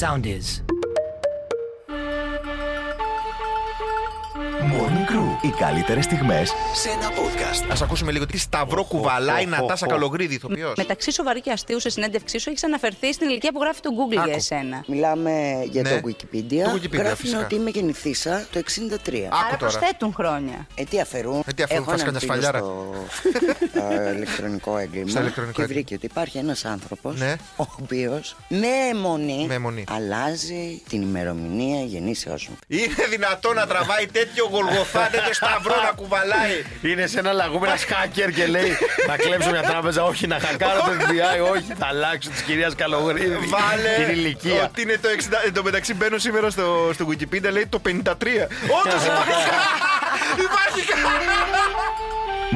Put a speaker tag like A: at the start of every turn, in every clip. A: sound is.
B: Morning Crew. Οι καλύτερες στιγμές σε ένα podcast.
C: Ας ακούσουμε λίγο τι σταυρό κουβαλάει να τάσα καλογρίδι ηθοποιός.
D: Μεταξύ σοβαρή και αστείου σε συνέντευξή σου έχεις αναφερθεί στην ηλικία που γράφει το Google για εσένα.
E: Μιλάμε για
C: Ναι.
E: το Wikipedia.
C: Το Wikipedia,
E: Γράφουν
C: φυσικά.
E: ότι είμαι γεννηθήσα το 63.
C: Άκου τώρα.
D: Άρα προσθέτουν χρόνια.
E: Ε, τι αφαιρούν.
C: Ε, τι αφαιρούν,
E: Έχω
C: φας
E: έναν
C: κανένα
E: φίλο
C: σφαλιάρα.
E: Στο α, ηλεκτρονικό έγκλημα.
C: Στα ηλεκτρονικό
E: και
C: έγκλημα.
E: βρήκε ότι υπάρχει ένας άνθρωπος.
C: Ναι.
E: Ο οποίος με αιμονή,
C: Με αιμονή.
E: αλλάζει την ημερομηνία γεννήσεώς μου.
C: Είναι δυνατό να τραβάει τέτοιο γολγοθά, τέτοιο σταυρό να κουβαλάει.
F: Είναι σε ένα λαγούμενος hacker και λέει να κλέψω μια τράπεζα. Όχι, να χακάρω το FBI. Όχι, θα αλλάξω της κυρίας Καλογρίδη.
C: Βάλε
F: την ηλικία.
C: ότι είναι το 60. Εν τω μεταξύ μπαίνω σήμερα στο, στο Wikipedia, λέει το 53. Όντως υπάρχει. υπάρχει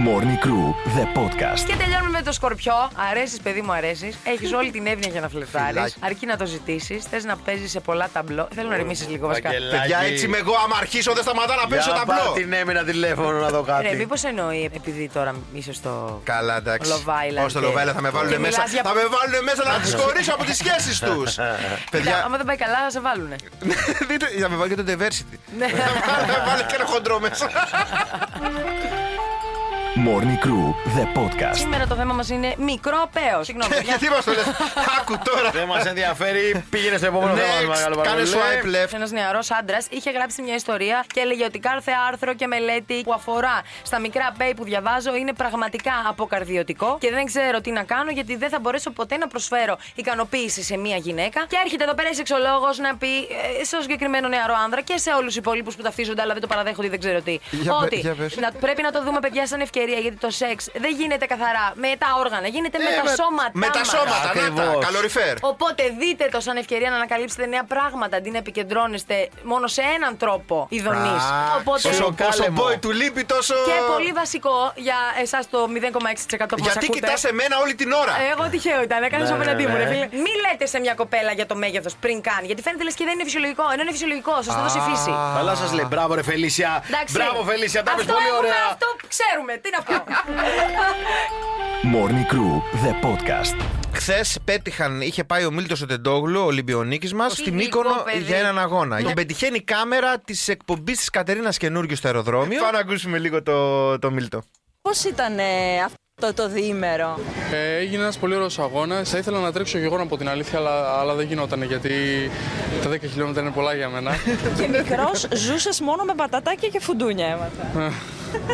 B: Morning Crew. The podcast.
G: Και τελειώνουμε με το σκορπιό. Αρέσεις, παιδί μου, αρέσεις. Έχεις όλη την εύνοια για να φλερτάρεις.
C: Φιλάκι.
G: Αρκεί να το ζητήσεις. Θες να παίζεις σε πολλά ταμπλό. Θέλω να ρεμίσεις λίγο βασικά.
F: Βαγγελάκη.
C: Παιδιά, έτσι είμαι εγώ. Άμα αρχίσω, δεν σταματά να παίζω
F: Για πάρ'
C: ταμπλό.
F: την έμεινα τηλέφωνο να δω
G: Ρε,
F: κάτι.
G: μήπως εννοεί επειδή τώρα ίσω το.
C: Καλά, εντάξει.
G: Love Island
C: Όχι, το
G: και-
C: Love Island θα με
G: και
C: βάλουν
G: μιλάς
C: μέσα.
G: για-
C: Θα με βάλουν μέσα να του χωρίσω από τις σχέσεις τους.
G: Κοίτα,
C: Παιδιά,
G: Άμα δεν πάει καλά, θα σε βάλουνε.
C: Ναι, δείτε, θα με βάλει και το diversity.
G: Ναι.
C: Θα με βάλει και ένα χοντρό μέσα.
B: Morning Crew. The podcast.
G: Σήμερα το θέμα μας είναι μικρό παίο. Συγγνώμη. παιδιά.
C: Ε, Γιατί μας το λες. Άκου τώρα.
F: Δεν μας ενδιαφέρει. Πήγαινε στο επόμενο θέμα. μεγάλο
C: Next, κάνε
F: παρακαλώ.
C: swipe left.
G: Ένας νεαρός άντρας είχε γράψει μια ιστορία και έλεγε ότι κάθε άρθρο και μελέτη που αφορά στα μικρά pay που διαβάζω είναι πραγματικά αποκαρδιωτικό και δεν ξέρω τι να κάνω γιατί δεν θα μπορέσω ποτέ να προσφέρω ικανοποίηση σε μια γυναίκα. Και έρχεται εδώ πέρα η σεξολόγος να πει ε, σε συγκεκριμένο νεαρό άνδρα και σε όλους τους υπόλοιπους που ταυτίζονται αλλά δεν το παραδέχονται ή δεν ξέρω τι.
C: Για πε-
G: ότι
C: για πες.
G: να, πρέπει να το δούμε παιδιά σαν ευκαιρία γιατί το σεξ δεν γίνεται καθαρά με τα όργανα, γίνεται με, τα
C: Ε, με-
G: σώματα.
C: Με τα
G: μας.
C: σώματα, να τα.
F: Ακριβώς.
C: Καλοριφέρ.
G: Οπότε δείτε το σαν ευκαιρία να ανακαλύψετε νέα πράγματα αντί να επικεντρώνεστε μόνο σε έναν τρόπο ειδονής.
C: Α,
G: Οπότε.
F: σωστό.
C: Πόσο πόσο
F: κάλεμο.
C: boy του λείπει τόσο.
G: Και πολύ βασικό για εσάς το 0,6% που μας
C: Γιατί
G: ακούτε. Ε,
C: κοιτάς εμένα όλη την ώρα.
G: Εγώ τυχαίο ήταν, έκανες
F: Ναι,
G: απέναντί μου.
F: ναι.
G: ρε φίλε. Μη λέτε σε μια κοπέλα για το μέγεθος πριν καν. Γιατί φαίνεται λες και δεν είναι φυσιολογικό. Ενώ είναι φυσιολογικό, σας το δώσει η φύση.
F: Καλά σας λέει. Μπράβο, ρε Φελίσια.
G: Εντάξει.
F: Μπράβο, Φελίσια. Τα είπες
G: Αυτό
F: πολύ
G: έχουμε,
F: ωραία.
G: Αυτό ξέρουμε. Τι να πω.
B: Morning Crew. The podcast.
C: Χθες πέτυχαν, είχε πάει ο Μίλτος ο Τεντόγλου, ο Ολυμπιονίκη μα, στην
G: Φιλικό
C: Μύκονο
G: παιδί.
C: για έναν αγώνα. Τον πετυχαίνει η κάμερα της εκπομπής της Κατερίνας Καινούργιου στο αεροδρόμιο. Πάμε Ε, να ακούσουμε λίγο το, το Μίλτο.
H: Πώς ήταν αυτό το διήμερο.
I: Ε, έγινε ένας πολύ ωραίος αγώνας. Θα ήθελα να τρέξω και εγώ από την αλήθεια, αλλά, αλλά δεν γινόταν γιατί τα 10 χιλιόμετρα είναι πολλά για μένα.
H: Και μικρός ζούσες μόνο με πατατάκια και φουντούνια έμαθα.
I: Ε,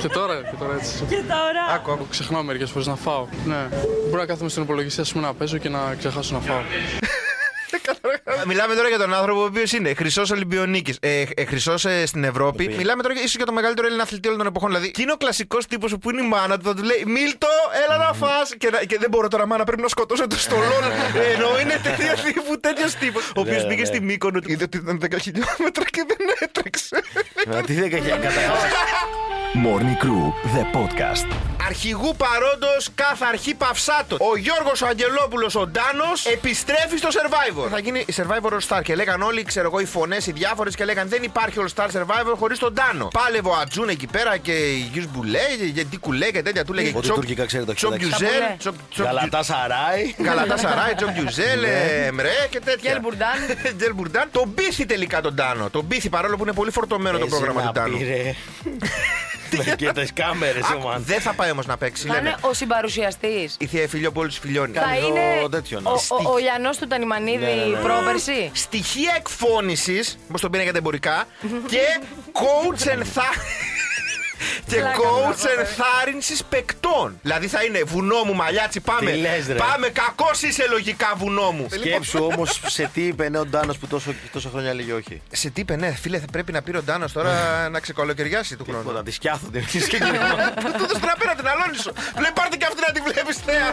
I: και τώρα, και τώρα έτσι.
H: Και τώρα.
C: Άκου, άκου.
I: Ξεχνάω μερικές φορές να φάω. Ναι. Μπορώ να κάθομαι στην υπολογιστή, ας πούμε, να παίζω και να ξεχάσω να φάω.
C: Ε, Μιλάμε τώρα για τον άνθρωπο ο οποίος είναι χρυσός Ολυμπιονίκης. Ε, ε, χρυσός ε, στην Ευρώπη. Μιλάμε τώρα ίσως για τον μεγαλύτερο Έλληνα αθλητή όλων των εποχών. Δηλαδή, και είναι ο κλασικός τύπος που είναι η μάνα του, θα του λέει Μίλτο, έλα να φά. Και, να- και, δεν μπορώ τώρα, μάνα, πρέπει να σκοτώσω το στολό. Ε, Ενώ είναι τέτοιο τύπου, τέτοιος τύπος. Ο οποίος πήγε στη Μύκονο, είδε ότι ήταν 10 χιλιόμετρα και δεν έτρεξε.
F: Μα Τι δεν κατάλαβα.
B: Morning Crew. The podcast.
C: Αρχηγού παρόντος, καθαρχή παυσάτο. Ο Γιώργος ο Αγγελόπουλος ο Ντάνος επιστρέφει στο survivor. Θα γίνει survivor All Star. Και λέγαν όλοι, ξέρω εγώ, οι φωνές, οι διάφορες και λέγαν δεν υπάρχει All Star survivor χωρίς τον Ντάνο. Πάλευε ο Ατζούν εκεί πέρα και η Γιου Μπουλέ, γιατί κουλέ και τέτοια του λέγε.
F: Ότι
C: Τσοκ-
F: τουρκικά ξέρει το έχει,
C: Τσοκ
F: εντάξει.
C: Γιουζέλ,
G: Τσαμπουλέ.
C: Τσοκ- Τσοκ
F: Γαλατά Σαράι.
C: Γιου- Γαλατά Σαράι, Τσοκ Γιουζέλ,
F: Ναι.
C: ε, Μρέ και τέτοια.
G: Γκέλ Μπουρντάν.
C: Γκέλ Μπουρντάν. Τον πείθει τελικά τον Ντάνο. Τον πείθει παρόλο που είναι πολύ φορτωμένο το
F: Εσύ
C: πρόγραμμα
F: να
C: του Ντάνου.
F: πήρε. Και τι κάμερε,
C: Άκου, Δεν θα πάει όμως να παίξει.
G: Θα
C: λένε.
G: είναι ο συμπαρουσιαστής.
C: Η θεία Φιλιόπολη φιλιώνει.
G: Θα
F: Κάνει
G: είναι
F: το τέτοιο, ναι.
G: ο,
F: Στίχη.
G: ο, ο Λιανός του
F: ναι,
G: Τανιμανίδη πρόπερση.
C: στοιχεία εκφώνησης, όπως τον πήρα για τα εμπορικά, και coach ενθάρρυνση. και coach ενθάρρυνση παικτών. Δηλαδή θα είναι βουνό μου, μαλλιάτσι, πάμε.
F: Τι λες, ρε.
C: πάμε, κακό είσαι λογικά βουνό μου.
F: Σκέψου όμως σε τι είπε ναι, ο Ντάνος που τόσο, τόσα χρόνια έλεγε όχι.
C: Σε τι είπε, ναι, φίλε, θα πρέπει να πήρε ο Ντάνος τώρα να ξεκολοκαιριάσει του χρόνου.
F: Τίποτα, τη σκιάθονται.
C: Του δώσ' την απέναντι, να λώνει σου. Βλέπει, πάρτε και αυτή να τη βλέπει, θέα.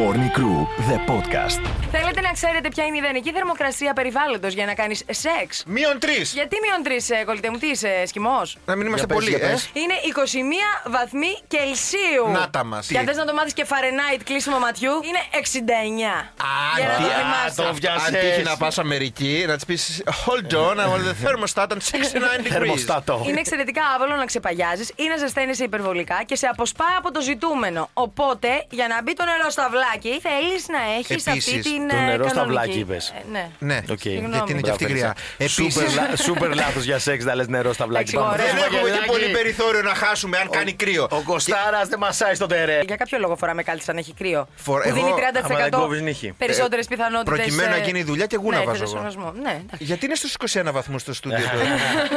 B: Morning Crew. The podcast.
G: Θέλετε να ξέρετε ποια είναι η ιδανική θερμοκρασία περιβάλλοντος για να κάνεις σεξ.
C: Μείον τρεις.
G: Γιατί μείον τρεις, κολλητέ μου, τι είσαι, σκημό.
C: Να μην είμαστε
F: πες,
C: πολλοί,
F: για
C: ε.
F: πες.
G: Είναι 21 βαθμοί Κελσίου.
C: Να τα μας.
G: Και αν θες να το μάθεις και Φαρενάιτ κλείσιμο ματιού, είναι 69. Για να
C: τι-
G: το
C: α,
G: θυμάσαι.
F: το βιάσες.
C: Αν τύχει να πας Αμερική, να της πεις Hold on, I'm the thermostat on 69 degrees.
F: Θερμοστάτο.
G: Είναι εξαιρετικά άβολο να ξεπαγιάζεις ή να ζεσταίνεσαι υπερβολικά και σε αποσπάει από το ζητούμενο. Οπότε, για να μπει το νερό στα βλά αυλάκι, θέλεις να έχεις αυτή
C: Επίσης,
G: την.
F: το
G: ε,
F: νερό στο
G: κανονική.
F: αυλάκι, είπες.
G: Ε, ναι.
C: Ναι,
F: Οκ.
C: γιατί
G: Συγγνώμη.
C: είναι και αυτή γριά. Επίσης.
F: Σούπερ λάθος για σεξ να λες νερό στα βλάκια.
G: Εντάξει, ωραία.
C: Δεν έχουμε και
F: Βαγγελάκη.
C: πολύ περιθώριο να χάσουμε αν κάνει κρύο.
F: Ο Κοστάρα δεν μασάει στο τερέ.
G: Ε, Για κάποιο λόγο φοράμε κάλτσα αν έχει κρύο.
C: Φορ-
G: Που
C: εγώ,
G: δίνει
F: άμα δεν
G: 30%
F: κόβεις, νύχι.
G: περισσότερες πιθανότητες.
C: Ε, προκειμένου να γίνει η δουλειά και εγώ να βάζω εγώ.
G: ε, Ναι, εντάξει.
C: Γιατί είναι στους 21 βαθμού στο στούντιο του.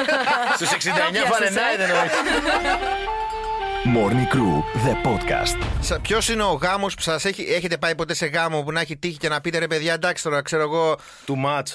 F: Στου 69
G: Κάποια
F: Φαρενάιτ
G: σας, ε.
F: δεν όχι.
B: Morning Crew, the podcast.
C: Ποιος είναι ο γάμος που σας έχει. Έχετε πάει ποτέ σε γάμο που να έχει τύχει και να πείτε ρε παιδιά, εντάξει τώρα ξέρω εγώ.
F: Του μάτ.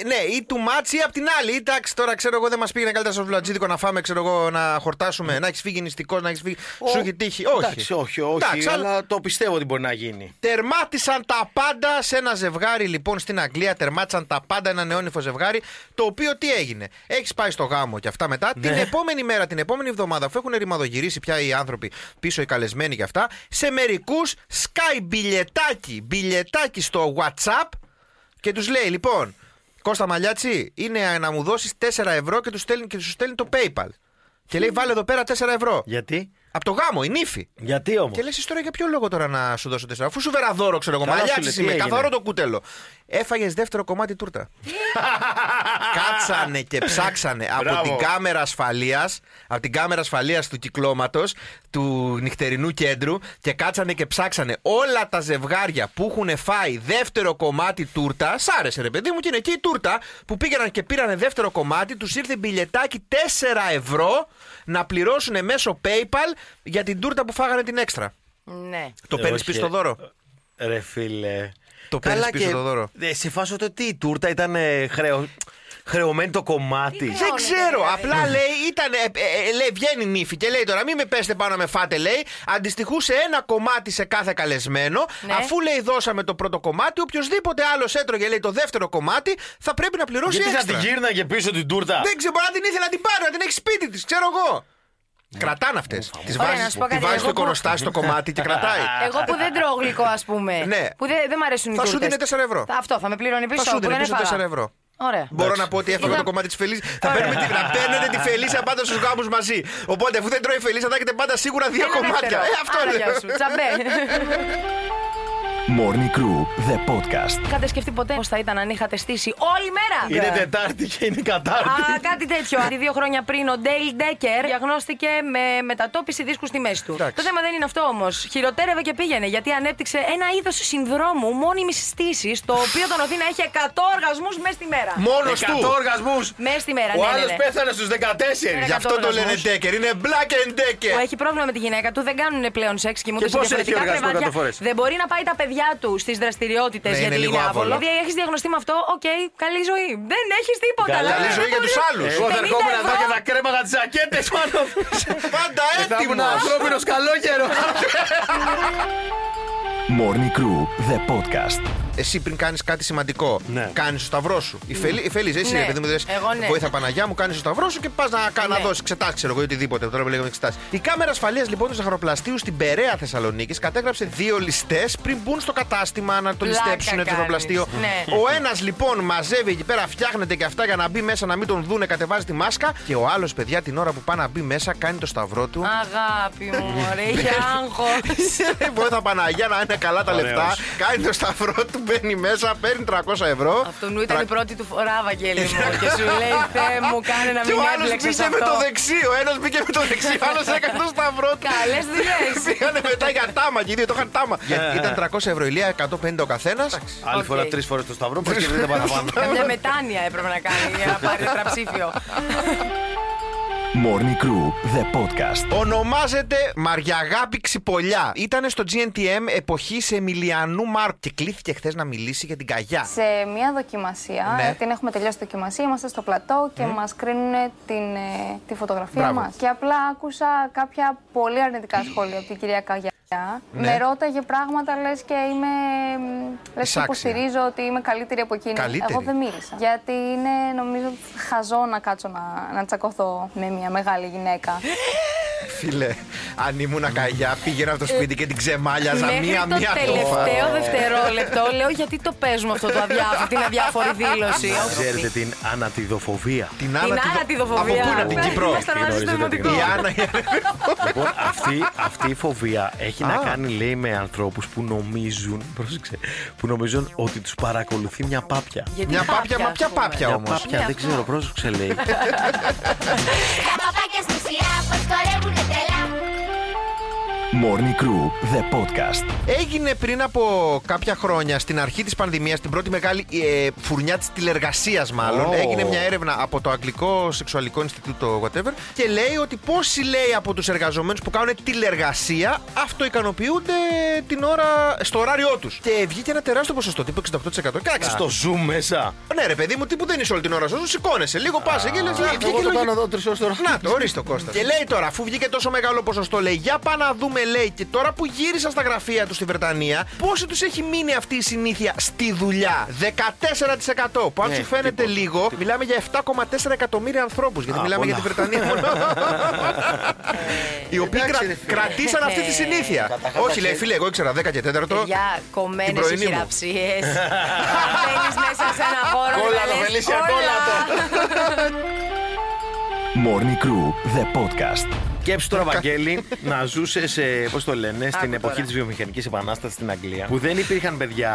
C: ε, ναι, ή του μάτσι ή απ' την άλλη. Ή, Εντάξει τώρα ξέρω εγώ δεν μας πήγαινε καλύτερα στο βλατζίδικο να φάμε, ξέρω εγώ να χορτάσουμε, να έχεις φύγει νηστικός, να έχεις φύγει. Σου έχει τύχει. Όχι.
F: Εντάξει, όχι, όχι.
C: Εντάξει, αλλά
F: Αλλά το πιστεύω ότι μπορεί να γίνει.
C: Τερμάτισαν τα πάντα σε ένα ζευγάρι λοιπόν στην Αγγλία. Τερμάτισαν τα πάντα ένα νεόνυφο ζευγάρι. Το οποίο τι έγινε. Έχεις πάει στο γάμο και αυτά μετά. Την επόμενη μέρα, την επόμενη εβδομάδα, αφού έχουν ρημαδογυρίσει πια οι άνθρωποι πίσω, οι καλεσμένοι και αυτά, σε μερικούς σκάει μπιλετάκι, μπιλετάκι στο WhatsApp και τους λέει λοιπόν. Κώστα Μαλιάτσι, είναι να μου δώσεις 4 ευρώ και τους στέλνει, και τους στέλνει το PayPal. Και λέει: Βάλε εδώ πέρα 4 ευρώ.
F: Γιατί?
C: Από το γάμο, η νύφη.
F: Γιατί όμως.
C: Και λες τώρα για ποιο λόγο τώρα να σου δώσω τέσσερα. Αφού σου βέρα δώρο, ξέρω εγώ.
F: Καλά σου
C: Μαλλιάτσι
F: λέει, τι
C: είμαι,
F: έγινε.
C: καθαρό το κούτελο. Έφαγες δεύτερο κομμάτι τούρτα. Κάτσανε και ψάξανε από
F: Μπράβο.
C: την κάμερα ασφαλείας, από την κάμερα ασφαλείας του κυκλώματος, του νυχτερινού κέντρου και κάτσανε και ψάξανε όλα τα ζευγάρια που έχουν φάει δεύτερο κομμάτι τούρτα. Σ' άρεσε ρε παιδί μου και είναι εκεί η τούρτα που πήγαιναν και πήραν δεύτερο κομμάτι, τους ήρθε μπιλετάκι 4 ευρώ να πληρώσουν μέσω PayPal για την τούρτα που φάγανε την έξτρα.
G: Ναι.
C: Το
F: Ε,
C: παίρνεις
F: όχι,
C: πίσω
F: ε.
C: το δώρο.
F: Ρε φίλε.
C: Το
F: Καλά
C: παίρνεις πίσω
F: και-
C: το δώρο.
F: Ε, σε φάσο το τι, η τούρτα ήταν ε, χρεω... χρεωμένη το κομμάτι.
G: ναι,
C: Δεν ξέρω, απλά λέει, ήταν, ε, ε, ε, λέει, βγαίνει η νύφη και λέει τώρα μην με πέστε πάνω να με φάτε λέει, αντιστοιχούσε ένα κομμάτι σε κάθε καλεσμένο,
G: Ναι.
C: αφού λέει δώσαμε το πρώτο κομμάτι, οποιοδήποτε άλλος έτρωγε λέει το δεύτερο κομμάτι, θα πρέπει να πληρώσει
F: Γιατί θα την
C: έξτρα.
F: γύρναγε πίσω την τούρτα.
C: Δεν ξέρω, μπορεί να την ήθελε να την πάρει, να την έχει σπίτι της, ξέρω εγώ. Κρατάνε αυτές. Τη
G: Ωραία, να σου πω κάτι,
C: βάζεις
G: εγώ
C: στο
G: που-
C: κοροστάσι το κομμάτι και κρατάει.
G: Εγώ που δεν τρώω γλυκό, ας πούμε.
C: Ναι.
G: Που δεν, δεν μ' αρέσουν οι
C: Θα σου
G: τούρτες.
C: δίνει 4 ευρώ.
G: Αυτό, θα με πληρώνει πίσω.
C: Θα σου
G: που
C: δίνει
G: δεν
C: πίσω
G: έφαγα.
C: 4 ευρώ.
G: Ωραία.
C: Μπορώ να πω ότι έφαγα το κομμάτι της Φελίσσα. Θα παίρνουμε τη, να παίρνετε τη Φελίσσα πάντα στους γάμους μαζί. Οπότε αφού δεν τρώει η Φελίσσα, θα έχετε πάντα σίγουρα δύο
G: Ένα
C: κομμάτια.
G: δεύτερο.
C: Ε, αυτό
G: Άρα,
C: λέω.
G: γεια σου. Τσαμπέ.
B: Morning Crew, the podcast.
G: Είχατε σκεφτεί ποτέ πώς θα ήταν αν είχατε στήσει όλη μέρα.
F: Είναι Τετάρτη και είναι
G: Α,
F: Κατάρτη.
G: κάτι τέτοιο. Αντί δύο χρόνια πριν, ο Ντέιλ Ντέκερ διαγνώστηκε με μετατόπιση δίσκους στη μέση του. Το θέμα δεν είναι αυτό όμως. Χειροτέρευε και πήγαινε γιατί ανέπτυξε ένα είδος συνδρόμου μόνιμης στήσης, το οποίο τον οθεί να έχει 100 οργασμού μέσα στη μέρα.
C: Μόνος
F: 100
C: του.
F: οργασμούς.
G: Μέσα στη μέρα,
F: Ο
G: ναι, ναι,
F: άλλος
G: ναι.
F: πέθανε στους 14.
C: Γι' αυτό το λένε
G: οργασμούς.
C: Ντέκερ. Είναι black and
G: που
C: Decker.
G: έχει πρόβλημα με τη γυναίκα του, δεν κάνουν πλέον σεξ, κοιμούνται
F: Και
G: σε
F: πώς έχει
G: διαφορετικά
F: οργασμό
G: κρεβάτια.
F: εκατό φορές.
G: Δεν μπορεί να πάει τα παιδιά του στις δραστηριότητες
C: Ναι,
G: γιατί
C: είναι
G: είναι,
C: λίγο άβολο.
G: άβολο. Δηλαδή έχεις διαγνωστεί με αυτό, οκ, καλή ζωή. Δεν έχεις τίποτα.
F: Καλά,
G: αλλά
C: Καλή
F: Ε,
C: ζωή
G: δεν
C: για
G: μπορεί-
C: τους άλλους.
F: Εγώ θα
G: 50
F: ερχόμουν εδώ
G: ευρώ.
F: και θα κρέμαγα τις ζακέτες πάνω.
C: Πάντα
F: Ε, Θα ήμουν
C: έτοιμος.
F: ανθρώπινος καλόγερο.
B: Morning Crew, the podcast.
C: Εσύ πριν κάνεις κάτι σημαντικό,
F: Ναι.
C: κάνεις το σταυρό σου. Η Φελί- η Φελίζα, εσύ
G: Ναι.
C: ρε παιδί μου, δες,
G: Εγώ ναι.
C: βοήθα Παναγιά μου, κάνεις το σταυρό σου και πας να, κα- να
G: Ναι.
C: δώσεις εξετάσεις, ξέρω εγώ, ή οτιδήποτε. Τώρα που λέγαμε εξετάσεις. Η κάμερα ασφαλείας λοιπόν του ζαχαροπλαστείου στην Περαία Θεσσαλονίκης κατέγραψε δύο ληστές πριν μπουν στο κατάστημα να το
G: Πλάκα
C: ληστέψουν το
G: κάνεις.
C: ζαχαροπλαστείο.
G: Ναι.
C: Ο ένας λοιπόν μαζεύει εκεί πέρα, φτιάχνεται και αυτά για να μπει μέσα, να μην τον δούνε, κατεβάζει τη μάσκα. Και ο άλλος παιδιά την ώρα που πάει να μπει μέσα κάνει το σταυρό του.
G: Αγάπη μου, ρε, είχε
C: Ναι.
G: άγχο.
C: Ε, Βοήθα Παναγιά να είναι καλά τα λεφτά. Κάνει το σταυρό του, μπαίνει μέσα, παίρνει 300 ευρώ.
G: Αυτό νου ήταν η πρώτη του φορά, Βαγγέλη μου. Και σου λέει, Θεέ μου, κάνε να
C: Και
G: μην
C: ο άλλος
G: έμπλεξες
C: μπήκε με το
G: αυτό.
C: δεξί, ο ένας μπήκε με το δεξί, ο άλλος έκανε το σταυρό του.
G: Καλές δουλειές.
C: Πήγανε μετά για τάμα και οι δύο το είχαν τάμα.
F: Ε.
C: Ήταν 300 ευρώ ηλία, 150 ο καθένας.
F: Άλλη
G: Οκ.
F: φορά τρεις φορές το σταυρό, πώ και δεν τα παραπάνω.
G: Καμιά μετάνοια έπρεπε να κάνει για να πάρει τετραψήφιο.
B: Morning Crew, the podcast.
C: Ονομάζεται Μαριαγάπη Ξυπολιά. Ήταν στο GNTM εποχή σε Εμιλιανού Μάρκ και κλήθηκε χθες να μιλήσει για την καγιά.
A: Σε μια δοκιμασία,
C: Ναι.
A: ε, την έχουμε τελειώσει τη δοκιμασία, είμαστε στο πλατό και μας κρίνουν την, ε, τη φωτογραφία
C: Μπράβο.
A: μας. Και απλά άκουσα κάποια πολύ αρνητικά σχόλια από την κυρία Καγιά.
C: Ναι.
A: Με ρώταγε πράγματα, λες και είμαι. μ, λες και
C: Εισάξια.
A: υποστηρίζω ότι είμαι καλύτερη από εκείνη.
C: Καλύτερη.
A: Εγώ δεν μίλησα. Γιατί είναι, νομίζω, χαζό να κάτσω να, να τσακωθώ με μια μεγάλη γυναίκα.
C: Φίλε, αν ήμουν καγιά, πήγαινα από το σπίτι και την ξεμάλιαζα
G: Ε, Μέχρι το
C: μία-μία
G: τελευταίο δευτερόλεπτο λέω γιατί το παίζουμε αυτό το αδιάφορο, την αδιάφορη δήλωση.
F: Ξέρετε την ανατιδοφοβία.
C: Την
G: Την
C: Άννα τη-
G: άνατιδοφοβία.
C: Από πού είναι, από την
G: Ναι,
C: Κύπρο.
G: Ήμασταν μαζί στο
F: Γνωρίζετε την
G: δημοτικό.
C: Η Άννα
F: Λοιπόν, αυτή, αυτή η φοβία έχει να κάνει, λέει, με ανθρώπους που νομίζουν, πρόσεξε, που νομίζουν ότι τους παρακολουθεί μια πάπια.
G: Γιατί
C: Μια πάπια, μα
G: ας
C: ποια
G: πούμε.
C: πάπια
F: Μια
C: όμως.
F: πάπια, δεν ξέρω, πρόσεξε, λέει.
J: Τα παπάκια στη σειρά πως χορεύουνε τρελά
B: Morning Crew, the podcast.
C: Έγινε πριν από κάποια χρόνια, στην αρχή της πανδημίας, την πρώτη μεγάλη ε, φουρνιά της τηλεργασίας, μάλλον.
F: Ω.
C: Έγινε μια έρευνα από το Αγγλικό Σεξουαλικό Ινστιτούτο, whatever, και λέει ότι πόσοι λέει από τους εργαζομένους που κάνουν τηλεργασία αυτοικανοποιούνται την ώρα, στο ωράριό τους. Και βγήκε ένα τεράστιο ποσοστό, τύπου 68%. Κάτσε
F: Στο zoom μέσα.
C: Ναι, ρε παιδί μου, τι που δεν είσαι όλη την ώρα σου, σηκώνεσαι λίγο, πας εκεί λες.
F: Εγώ το κάνω εδώ τρεις ώρες τώρα.
C: Να το, ορίστε ο Κώστας. Και λέει τώρα, αφού βγήκε τόσο μεγάλο ποσοστό, λέει, για πάμε να δούμε, λέει, και τώρα που γύρισαν στα γραφεία τους στη Βρετανία, πόσοι τους έχει μείνει αυτή η συνήθεια στη δουλειά. 14%. Που αν
F: Ναι,
C: σου φαίνεται
F: τίποτα,
C: λίγο, μιλάμε για 7,4 εκατομμύρια ανθρώπους. Γιατί
F: Α,
C: μιλάμε
F: πολλά.
C: για τη Βρετανία μόνο. Οι οποίοι
F: εντάξει,
C: κρα-
F: ρε φίλε.
C: κρατήσαν αυτή τη συνήθεια.
F: Καταρχάς,
C: Όχι, λέει,
F: εντάξει.
C: φίλε, εγώ ήξερα 10 και 4.
G: Για κομμένες
C: πρωινή μου.
G: χειραψίες. Μπαίνεις μέσα σε ένα χώρο. και
F: Κόλλατο,
G: λες,
F: Φελίσια,
G: «Όλα».
F: κόλλατο.
B: Morning Crew, the podcast.
F: Σκέψου τώρα, Βαγγέλη, να ζούσε σε, πώς το λένε, στην εποχή της βιομηχανικής επανάστασης στην Αγγλία. Που δεν υπήρχαν παιδιά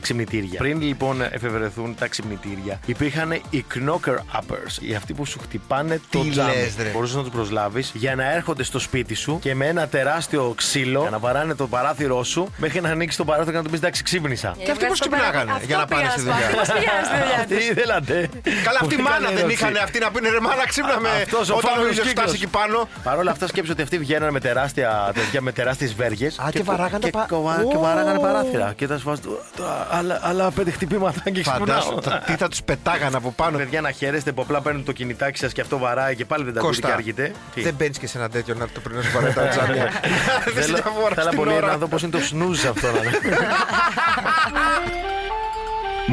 F: ξυπνητήρια. Πριν λοιπόν εφευρεθούν τα ξυπνητήρια, υπήρχαν οι knocker uppers. Οι αυτοί που σου χτυπάνε το
C: Τι
F: τζάμι.
C: λες, ρε.
F: Μπορούσες να τους προσλάβεις για να έρχονται στο σπίτι σου και με ένα τεράστιο ξύλο να βαράνε το παράθυρό σου μέχρι να ανοίξεις το παράθυρο και να τους πεις εντάξει, ξύπνησα.
C: Και αυτοί πώ
G: Βγάζεις το
C: ξυπνάγανε
G: παράδειγμα.
C: για να
G: Αυτό
C: πάνε στη
G: πειράζω.
C: δουλειά.
G: Αυτοί πώς πηγαίνανε στη δουλειά
F: Τι ήθελατε.
C: Καλά, αυτή η
F: Πολύ
C: μάνα
F: καλή
C: δεν
F: ερώτηση.
C: είχαν αυτή να πούνε ρε μάνα ξύπνα με
F: Αυτός ο
C: όταν ο
F: φαύλος
C: ήλιος
F: κύκλος.
C: φτάσει εκεί πάνω.
F: Παρ' όλα αυτά, σκέψω ότι αυτοί βγαίνανε με τεράστια τέτοια, με τεράστιες βέργες.
C: Α, και βαράγανε
F: και,
C: πα-
F: κοβα- και
C: Ω.
F: βαράγανε παράθυρα. Και ήταν σου βάζω, «Τώρα άλλα, άλλα πέντε χτυπήματα και
C: Φαντάσου
F: ξυπνάω.
C: τα- τι θα τους πετάγανε από πάνω.
F: Παιδιά, να χαίρεστε που απλά παίρνουν το κινητάκι σας και αυτό βαράει και πάλι δεν τα ακούτε και
C: Κώστα,
F: αργείτε. Τι?
C: δεν μπαίνεις και σε ένα τέτοιο να το πριν να σου παράει τα τζάμια. Δεν
F: Θέλω-
C: διαφορά
F: Θέλω
C: στην
F: πολύ να
C: ώρα.
F: δω πώς είναι το snooze αυτό. να δω.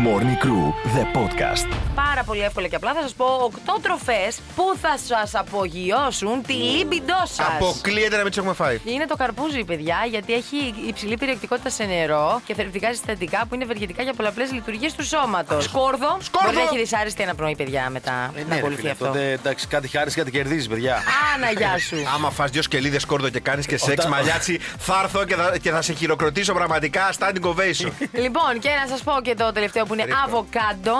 B: Morning Crew, the podcast.
G: Πάρα πολύ εύκολα και απλά θα σας πω 8 τροφές που θα σας απογειώσουν τη λίμπιντό σα.
C: Αποκλείεται να μην του έχουμε φάει.
G: Είναι το καρπούζι, παιδιά, γιατί έχει υψηλή περιεκτικότητα σε νερό και θρεπτικά συστατικά που είναι ευεργετικά για πολλαπλές λειτουργίες του σώματος. Σκόρδο.
C: Σκόρδο.
G: Δεν έχει δυσάρεστη αναπνοή, παιδιά, μετά
F: Ε,
G: να
F: ναι, ρε
G: ακολουθεί
F: φίλε,
G: αυτό.
F: τότε, Εντάξει, κάτι χάρη, κάτι κερδίζεις, παιδιά.
G: Άνα, γεια σου.
C: Άμα φας δύο σκελίδες κόρδο και κάνεις και σεξ
F: Όταν-
C: μαλλιάτσι, θα έρθω και θα, και θα σε χειροκροτήσω πραγματικά. Standing ovation.
G: λοιπόν, και να σας πω και το τελευταίο που είναι αβοκάντο.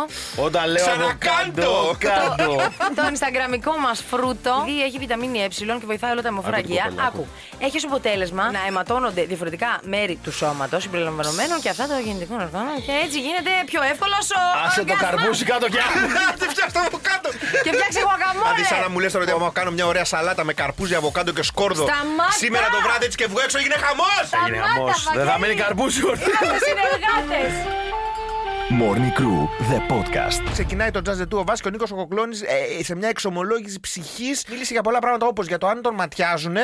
F: Όταν λέω
C: Ξανακάντο.
F: αβοκάντο, κάντο.
G: το Instagramικό μας φρούτο. Γιατί έχει βιταμίνη Ε και βοηθάει όλα τα
F: Άκου
G: αιμοφράγια.
F: την κοπέλα,
G: Άκου. Έχει ως αποτέλεσμα να αιματώνονται διαφορετικά μέρη του σώματος συμπεριλαμβανομένων και αυτά των γεννητικών οργάνων. Και έτσι γίνεται πιο εύκολος ο.
F: Άσε το
G: οργασμός.
F: καρπούσι κάτω και άκου.
C: Τι φτιάξτε από κάτω.
G: Και φτιάξε
C: Να δεις σαν
G: γουακαμόλε.
C: να μου λες τώρα ότι άμα κάνω μια ωραία σαλάτα με καρπούζι, αβοκάντο και σκόρδο.
G: Σταμάτα!
C: Σήμερα το βράδυ έτσι και βγω έξω έγινε χαμός!
F: Έγινε χαμός. Δεν θα μείνει καρπούσι ορθή.
G: Είμαστε συνεργάτες.
B: Morning Crew, the podcast.
C: Ξεκινάει το Jazz του ο Βάσκος ο Νίκο ο Κοκλώνης, ε, σε μια εξομολόγηση ψυχής. Μίλησε για πολλά πράγματα όπως για το αν τον ματιάζουν,
G: Ναι.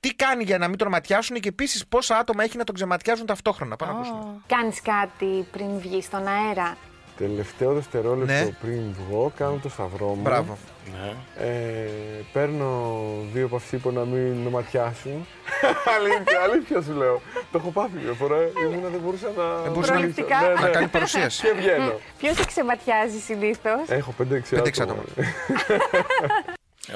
C: τι κάνει για να μην τον ματιάσουν και επίσης πόσα άτομα έχει να τον ξεματιάζουν ταυτόχρονα. Πάμε να ακούσουμε.
J: Κάνεις κάτι πριν βγεις στον αέρα
K: Τελευταίο δευτερόλεπτο
C: Ναι.
K: πριν βγω, κάνω το σταυρό μου.
C: Μπράβο.
F: Ναι.
K: Ε, παίρνω δύο παυσίπο να μην με ματιάσουν. αλήθεια, αλήθεια σου λέω. το έχω πάθει μια φορά. Ήμουνα δεν μπορούσα να. Δεν
C: μπορούσε Ε, να-
K: Ναι,
C: Να
K: ναι.
C: κάνει παρουσίαση.
K: Και βγαίνω.
J: Ποιος σε ξεματιάζει συνήθως
K: έχω 5-6
C: Πέντε-έξι
K: άτομα.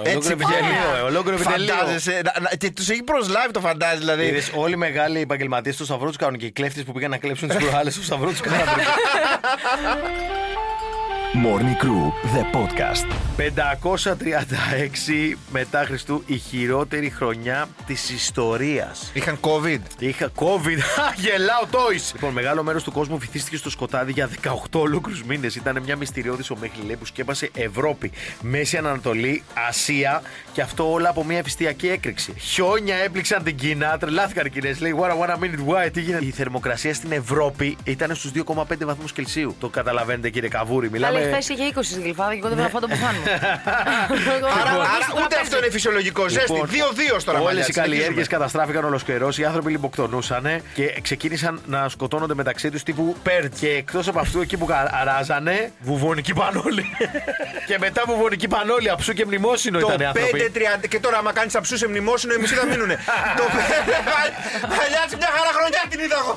F: Ε, Ολόκληρο επιτελείο, ε, ολόκληρο επιτελείο.
C: Φαντάζεσαι. να- να- Και τους έχει προσλάβει το φαντάζει δηλαδή.
F: Είδες, όλοι οι μεγάλοι επαγγελματίες του σταυρό του κάνουν και οι κλέφτες που πήγαν να κλέψουν τι προάλλε του σταυρό του κάνουν.
B: Morning Crew, the podcast.
F: 536 μετά Χριστού η χειρότερη χρονιά της ιστορίας.
C: Είχαν COVID.
F: Είχα COVID. Α, Γελάω, Toys! Λοιπόν, μεγάλο μέρος του κόσμου βυθίστηκε στο σκοτάδι για 18 ολόκληρους μήνες. Ήταν μια μυστηριώδης ομέχλη που σκέπασε Ευρώπη, Μέση Ανατολή, Ασία και αυτό όλα από μια ευστιακή έκρηξη. Χιόνια έπληξαν την Κίνα, τρελάθηκαν οι Κινέζοι. Λέει, what a one minute, why, τι γίνεται. Η θερμοκρασία στην Ευρώπη ήταν στους 2,5 βαθμούς Κελσίου. Το καταλαβαίνετε, κύριε Καβούρη. Μιλάμε
G: χθε είχε 20 στη γλυφάδα και εγώ δεν βλέπω να το πεθάνω.
F: Λοιπόν.
C: Άρα, άρα ούτε αυτό είναι φυσιολογικό. Ζέστη. Δύο-δύο στο ραβάλι.
F: Όλε Λοιπόν. οι καλλιέργειε καταστράφηκαν ολοσχερό. Οι άνθρωποι λιποκτονούσαν και ξεκίνησαν να σκοτώνονται μεταξύ τους τύπου Πέρτ. Και εκτός από αυτού, εκεί που αράζανε, βουβονική πανόλη. και μετά βουβονική πανόλη, αψού και μνημόσυνο
C: Το
F: ήταν οι άνθρωποι.
C: 5-30. Και τώρα, άμα κάνεις αψούς σε μνημόσυνο, οι μισοί θα μείνουνε. Το Παλιάτσι, μια χαρά χρονιά την είδα εγώ.